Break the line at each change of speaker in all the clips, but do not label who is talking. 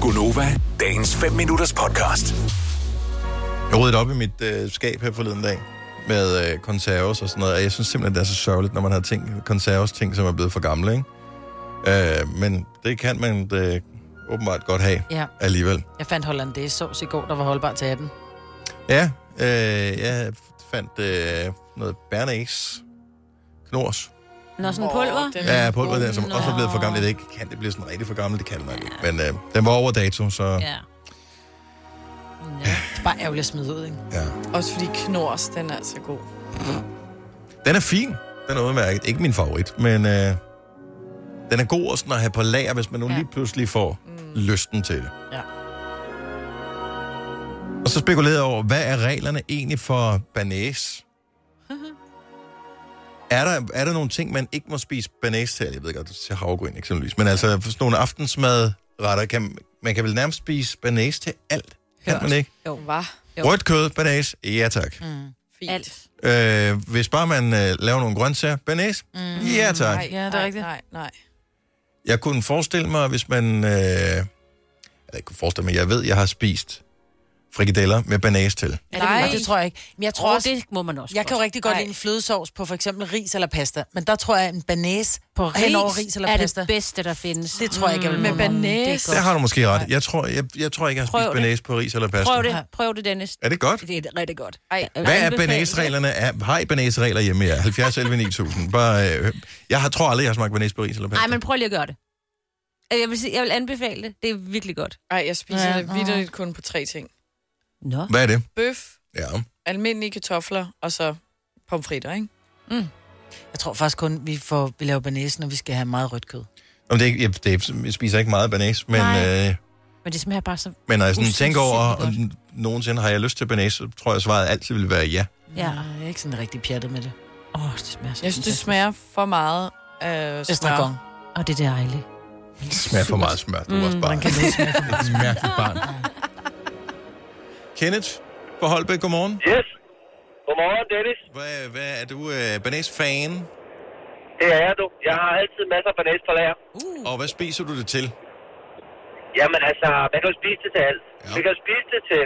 Gunova, dagens 5 minutters podcast.
Jeg ryddet op i mit øh, skab her forleden dag med øh, konserves og sådan noget, og jeg synes simpelthen, det er så sørgeligt, når man har ting, konserves ting, som er blevet for gamle, ikke? Øh, men det kan man øh, åbenbart godt have
Ja.
alligevel.
Jeg fandt hollandaise sovs i går, der var holdbar til 18.
Ja, øh, jeg fandt øh, noget bernæs knors.
Nå, sådan pulver?
Ja, på den, som også er blevet for gammel. Det ikke kan det blive sådan rigtig for gammel, det kan det nok ikke. Men øh, den var over dato, så ja.
Ja.
Ja. Det er bare ærgerligt at smide ud, ikke?
ja.
Også fordi knors, den er altså god.
Den er fin. Den er udmærket. Ikke min favorit, men øh, den er god også at have på lager, hvis man nu ja.
Ja.
lige pludselig får mm. lysten til det.
Ja.
Og så spekulerede jeg over, hvad er reglerne egentlig for banæs? er, der, er der nogle ting, man ikke må spise banæs til? Jeg ved godt, til havregryn eksempelvis. Men altså, for sådan nogle aftensmadretter, kan, man kan vel nærmest spise banæs til alt? Kan
Hørt.
man ikke?
Jo.
Hva?
Jo.
Rødt kød, banæs, ja tak.
Fint.
Alt.
Øh, hvis bare man øh, laver nogle grøntsager. Banæs? Mm, ja, tak.
Nej,
Nej.
Ja, det er
nej,
rigtigt.
Nej, nej.
Jeg kunne forestille mig, hvis man... Øh, eller jeg kunne forestille mig, jeg ved, jeg har spist frikadeller med banæs til.
Nej,
Nej.
det tror jeg ikke. Men jeg tror
Tror,
også,
det må man også
jeg kan jo
godt.
rigtig godt
Ej.
lide en flødesovs på for eksempel ris eller pasta, men der tror jeg en banæs på ris, hen over ris eller
er
pasta.
det bedste, der findes.
Det tror jeg ikke, jeg vil
Med
vågne op.
banæs.
Det er godt.
Der har du måske ret. Jeg tror, jeg, jeg tror ikke, jeg har
Prøv
spist
det.
banæs på ris eller pasta.
Prøv det, prøv det, Dennis.
Er det godt?
Det er rigtig godt.
Ej.
Jeg
Hvad er
anbefaler-
banæsreglerne? Er, har I banæsregler hjemme jer? 70 11 9000. Bare, øh, jeg har, tror aldrig, jeg har smagt banæs på ris eller pasta.
Nej, men prøv lige at gøre det. Øh, Jeg vil, sige, jeg vil anbefale det. Det er virkelig godt.
Ej, jeg spiser
Ja,
ja, det vidderligt kun på tre ting.
Nå.
Hvad er det?
Bøf,
Ja.
almindelige kartofler, og så pomfritter, ikke?
Jeg tror faktisk kun, vi, får, vi laver banæs, når vi skal have meget rødt kød.
Om det, er ikke- jeg, det, er- jeg spiser ikke meget banæs, men...
Nej.
Øh,
Men det smager bare så...
Men når jeg sådan
Usandsynligt
tænker over,
godt.
om nogensinde har jeg lyst til banæs, så tror jeg, svaret altid vil være ja.
Ja.
Nej, Jeg er ikke sådan rigtig pjattet med det.
Åh, oh, det smager så
Jeg synes, det
fantastisk.
smager for meget af smør.
Estragon.
Og det er dejligt.
Det smager for meget smør.
Mm,
Du er også barn.
Kan du smage
Det er et mærkeligt barn. Kenneth på Holbæk, godmorgen.
Yes. Godmorgen, Dennis.
Hvad, hvad er du øh, banæs-fan,
Det er jeg, du. Jeg har altid masser af banæs på lager.
og hvad spiser du det til?
Jamen altså, man kan jo spise det til alt.
Ja.
Ja. Vi kan jo spise det til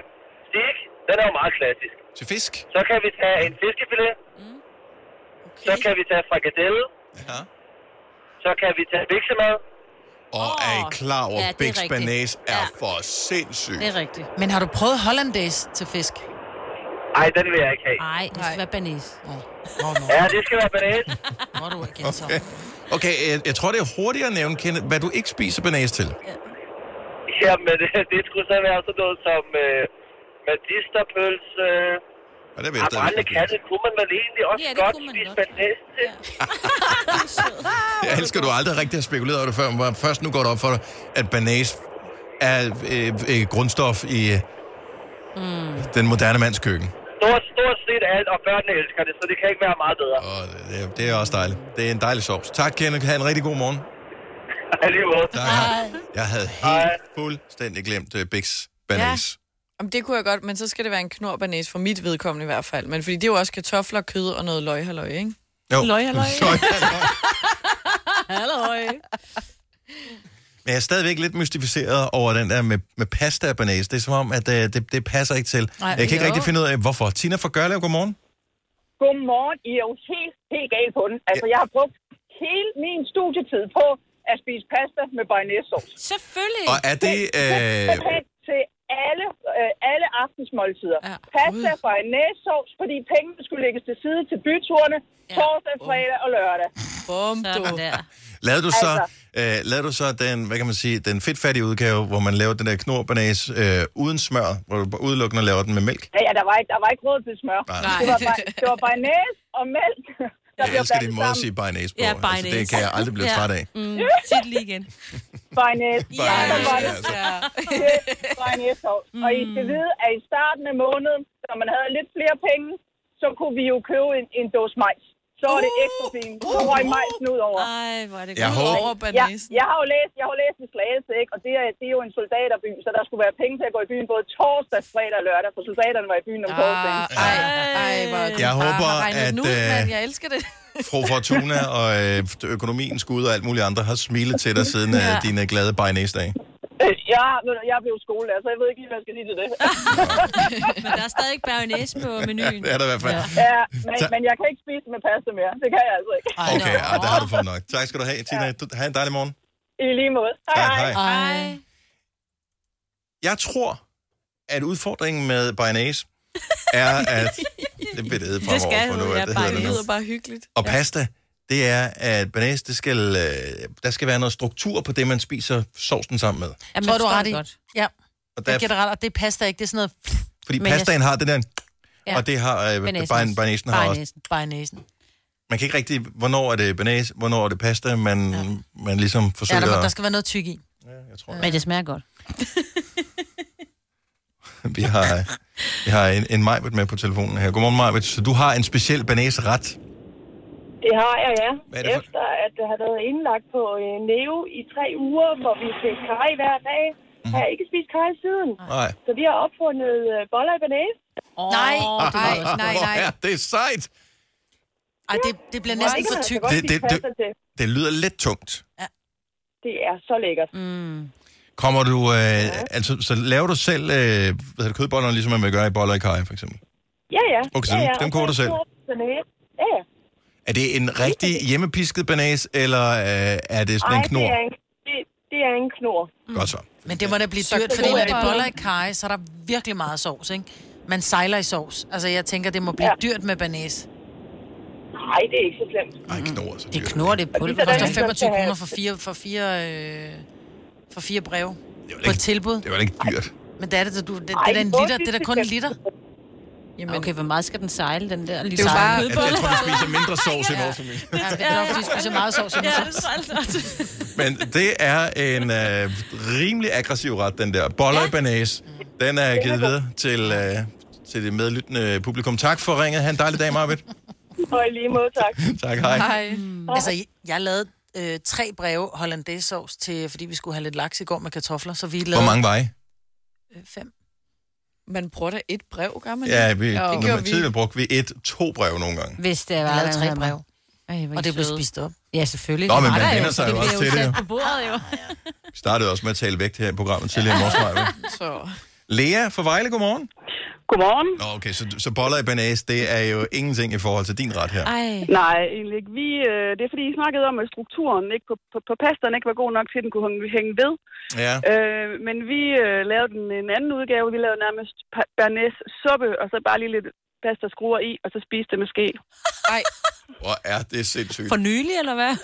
stik. Den er jo meget klassisk.
Til fisk?
Så kan vi tage en fiskefilet.
Mm.
Så kan vi tage frikadelle.
Ja.
Så kan vi tage biksemad.
Og
Åh,
er I klar over,
ja,
at
det er
Bæks
rigtigt.
banæs er
Ja.
for sindssygt?
Det er rigtigt.
Men har du prøvet hollandaise til fisk?
Ej, den vil jeg ikke have.
Nej, det skal
Nej.
være banæs.
Åh, Nå, nå,
Ja, det skal være banæs.
må du igen så.
Okay, okay jeg, jeg tror, det er hurtigere at nævne, Kenneth, hvad du ikke spiser banæs til.
Jamen, det skulle så være sådan noget som øh, medisterpølse. Øh,
Og det er
og
vist,
brændende katte kunne man vel egentlig også
Ja, det
godt
kunne man
spise
godt.
banæs til.
Jeg elsker, du aldrig rigtig har spekuleret over det før, men først nu går det op for dig, at banæs er øh, øh, grundstof i øh, mm. den moderne mands køkken.
Stort, stort set alt, og børnene elsker det, så det kan ikke være meget bedre.
Og det, er- det er også dejligt. Det er en dejlig sovs. Tak, Kenneth. Ha' en rigtig god morgen.
Alligevel.
Tak. Hej. Jeg havde helt
Hej.
fuldstændig glemt øh, Bix banæs.
Jamen, det kunne jeg godt, men så skal det være en knor banæs, for mit vedkommende i hvert fald. Men fordi det er jo også kartofler, kød og noget løg, halløj, ikke?
Ja. Jo.
Løg, halløj.
Løg, halløj.
Halløj.
Men jeg er stadigvæk lidt mystificeret over den der med, med pasta og banæs. Det er som om, at øh, det, det passer ikke til. Nej, jeg kan ikke
jo.
rigtig finde ud af, hvorfor. Tina fra Gørlev, godmorgen.
Godmorgen. I er jo helt, helt galt på den. Altså, jeg har brugt hele min studietid på at spise pasta med bearnaisesauce.
Selvfølgelig.
Og er det... Øh,
Perfekt til alle, øh, alle aftensmåltider.
Ja.
Ja. Pasta, bearnaisesauce, fordi pengene skulle lægges til side til byturene
Ja.
ja. torsdag, fredag og lørdag.
Bum, du.
Sådan der.
Lavede du så,
Altså.
øh, lavede du så den, hvad kan man sige, den fedtfattige udgave, hvor man laver den der knorbanæs øh, uden smør, hvor du bare udelukkende laver den med mælk?
Ja, ja, der var ikke, der var ikke råd til smør.
Nej.
Det var, bare- det var bearnaise og mælk. Der
Jeg
blev
elsker din
blandet
måde at
sammen.
sige bajnæs på.
Ja,
Altså, det
bearnaise.
kan jeg aldrig blive
Ja.
træt af.
Mm, sig det lige igen.
Bearnaise. Ja, der var
Bearnaise,
det.
altså.
til bearnaisesauce. Mm. Og I skal vide, at i starten af måneden, når man havde lidt flere penge, så kunne vi jo købe en, en dåse majs. Så var det ekstra fint. Så røg majsen ud over.
Ah,
Ej, hvor er det
Jeg
godt.
håber-
Over
Ja,
banæsen.
jeg har jo læst, jeg har jo læst i Slagelse, ikke? og det er, det er jo en soldaterby, så der skulle være penge til at gå i byen både torsdag, fredag og lørdag, for soldaterne var i byen om torsdagen.
Ah, ej, ej, hvor er du
Jeg
bare
håber,
har regnet
at,
den ud,
øh,
mand. Jeg elsker det.
Fru Fortuna og øh, økonomien skud og alt muligt andre har smilet til dig siden øh, dine glade bajnæsdage.
Øh, Ja, men jeg blev skolelærer, så jeg ved ikke lige, hvad jeg skal sige til det.
Men der er stadig bernæs på menuen.
Det er der i hvert fald.
ja, men,
Tak.
men jeg kan ikke spise med pasta mere. Det kan jeg altså ikke.
Okay, ah, der har du fået nok. Tak skal du have, Tina. Du, have en dejlig morgen.
I lige måde. Hej,
Tak,
hej.
hej.
Ej.
Jeg tror, at udfordringen med Bayonnaise er, at... Det bliver det hedde
Det skal
fremover for nu.
hedde,
at
ja,
Det hedder
Det
det nu.
lyder bare hyggeligt.
Og pasta, det er, at banæs, det skal, øh, der skal være noget struktur på det, man spiser sovsen sammen med.
Jamen,
Tror
jeg
du
forstår
ret
det
i?
godt.
Ja,
Og
jeg
der,
giver dig ret, og det passer ikke. Det er sådan noget
fordi
men jeg-
pastaen har det der,
Ja.
og det har øh,
Bearnaisen
bayon-
også.
bearnaisen har også.
Bearnaisen.
bare i næsen.
Man kan ikke rigtig, hvornår er det banæs, hvornår er det pasta, man, man ligesom
Ja,
forsøger
der, må- der
at...
skal være noget tyk i.
Ja, jeg tror,
Men det smager godt.
vi har, øh, vi har en, en Majbet med på telefonen her. Godmorgen, Majbet. Så du har en speciel banæsret.
Det har jeg, ja.
Hvad er det for-
Efter at det har været indlagt på øh, Neo i tre uger, hvor vi fik kaj hver dag, mm. har jeg ikke spist kaj siden.
Mhm. Nej.
Så vi har opfundet øh, boller i banæs.
Nej,
nej, nej,
Hvor
nej.
er det sejt.
Ej, det, det bliver næsten for tykt.
Det-
Det,
det-
det,
det-
det.
Det lyder lidt tungt.
det er så lækkert. Mm.
Kommer du, øh, altså, så laver du selv øh, hvad hedder det, kødboller, ligesom man vil gøre i boller i kaj, for eksempel?
Ja, ja.
Okay, så
ja,
dem-
ja.
dem
Og
koger du
en
selv?
stor banæs. Ja, ja.
Er det en rigtig hjemmepisket banæs, eller øh, er det sådan
Ej,
en knor?
det er en, det, det er en knor.
Godt så.
Men det må da blive dyrt, fordi når det boller i kaj, så er der virkelig meget sovs, ikke? Man sejler i sovs. Altså, jeg tænker, det må blive
Ja.
dyrt med banæs.
Nej, det er ikke så slemt.
Ej, knor, altså. er så
Det
dyrt.
knurrer det
Og
pulver.
lige
Det koster
sådan, så
25
skal jeg-
kroner for fire, for fire, øh, for fire breve
Det var da
på et
ikke,
tilbud.
det var da ikke dyrt.
Men det er det, så du, det, det
Ej,
er da en
hvor
liter, det er da kun en liter.
Jamen,
Okay, hvor meget skal den sejle, den der lille
Det er jo bare-
sejle
Jeg, jeg tror, vi spiser mindre sovs end vores familie.
Ja, det er nok, fordi de spiser meget sovs.
Ja,
Ja.
det sejler godt.
Men det er en øh, rimelig aggressiv ret, den der. Boller i banæs. Den er givet videre til, øh, til det medlyttende publikum. Tak for ringet. Ha' en dejlig dag, Marvitt.
Og i lige måde, tak.
tak, hej.
hej.
Altså, jeg lavede øh, tre breve hollandaisesovs til, fordi vi skulle have lidt laks i går med kartofler, så vi lavede
Hvor mange var I?
øh, fem.
Man bruger da et brev, gør man
Ja, vi,
det
når
gjorde
man
vi.
tidligere brugte vi et, to brev nogle gange.
Hvis det var...
Jeg lavede
hvad
tre
hedder
breve,
man? Ej, hvor
og
I
det blev
søde.
spist op.
Ja, selvfølgelig.
Nå, men
Det var
man
der
vender sig jo
det
også til
blev
det,
sat
jo.
på bordet, jo.
Vi startede også med at tale vægt her i programmet tidligere i morges. Maja.
Så.
Lea fra Vejle, godmorgen.
Godmorgen.
Nå, okay, så, så boller i banæs, det er jo ingenting i forhold til din ret her.
Ej.
Nej, egentlig ikke. Vi, øh, det er fordi, I snakkede om, at strukturen ikke på, på, på pastaen ikke var god nok til, at den kunne hænge- hænge ved.
Ja.
Øh, men vi øh, lavede den en anden udgave. Vi lavede nærmest pa- bernæs suppe, og så bare lige lidt pasta skruer i, og så spiste det måske.
Hvor er det sindssygt.
For nylig, eller hvad?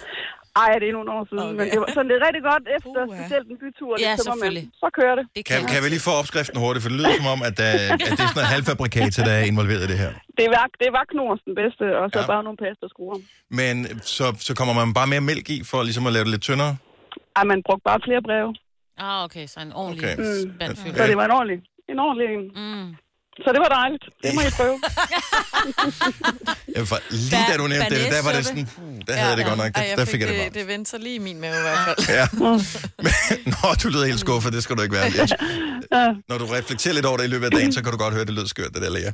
Ej, det er nogle år siden, okay. men det var sådan det er rigtig godt efter,
Puha.
specielt en bytur. det
Ja,
tømmer man.
selvfølgelig.
Så kører det.
Det
Kan, kan vi lige få opskriften hurtigt, for det lyder som om, at, der, at det er sådan noget halvfabrikat, der er involveret i det her.
Det var, det var knors den bedste, og så
Ja.
ja. bare nogle pasta skruer.
Men øh, så, så kommer man bare mere mælk i, for ligesom at lave det lidt tyndere.
Ej, man brugte bare flere breve.
Ah, okay, så en ordentlig
Okay.
okay. spandfyld.
Så det var en ordentlig, en ordentlig en.
Mm.
Så det var dejligt. Det må I prøve.
Ja, for lige da du nævnte det, der var det sådan, puh, der havde jeg det godt nok,
Ej,
der,
jeg
der
fik
fik jeg det
det,
godt.
det vendte sig lige i min mave i hvert fald.
Ja. Men- Nå, du lyder helt skuffet, det skal du ikke være. Jens. Når du reflekterer lidt over det i løbet af dagen, så kan du godt høre, at det lød skørt, det der, Lea.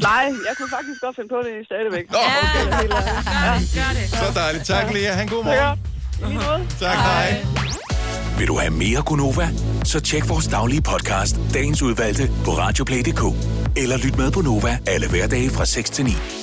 Nej, jeg kunne faktisk godt finde på det stadigvæk.
Nå, okay,
Gør det.
så dejligt. Tak, Lea. Han god morgen.
Ja, i lige måde.
Tak, hej.
Vil du have mere Gunova? Så tjek vores daglige podcast, dagens udvalgte, på radioplay.dk. Eller lyt med på Nova alle hverdage fra 6 til 9.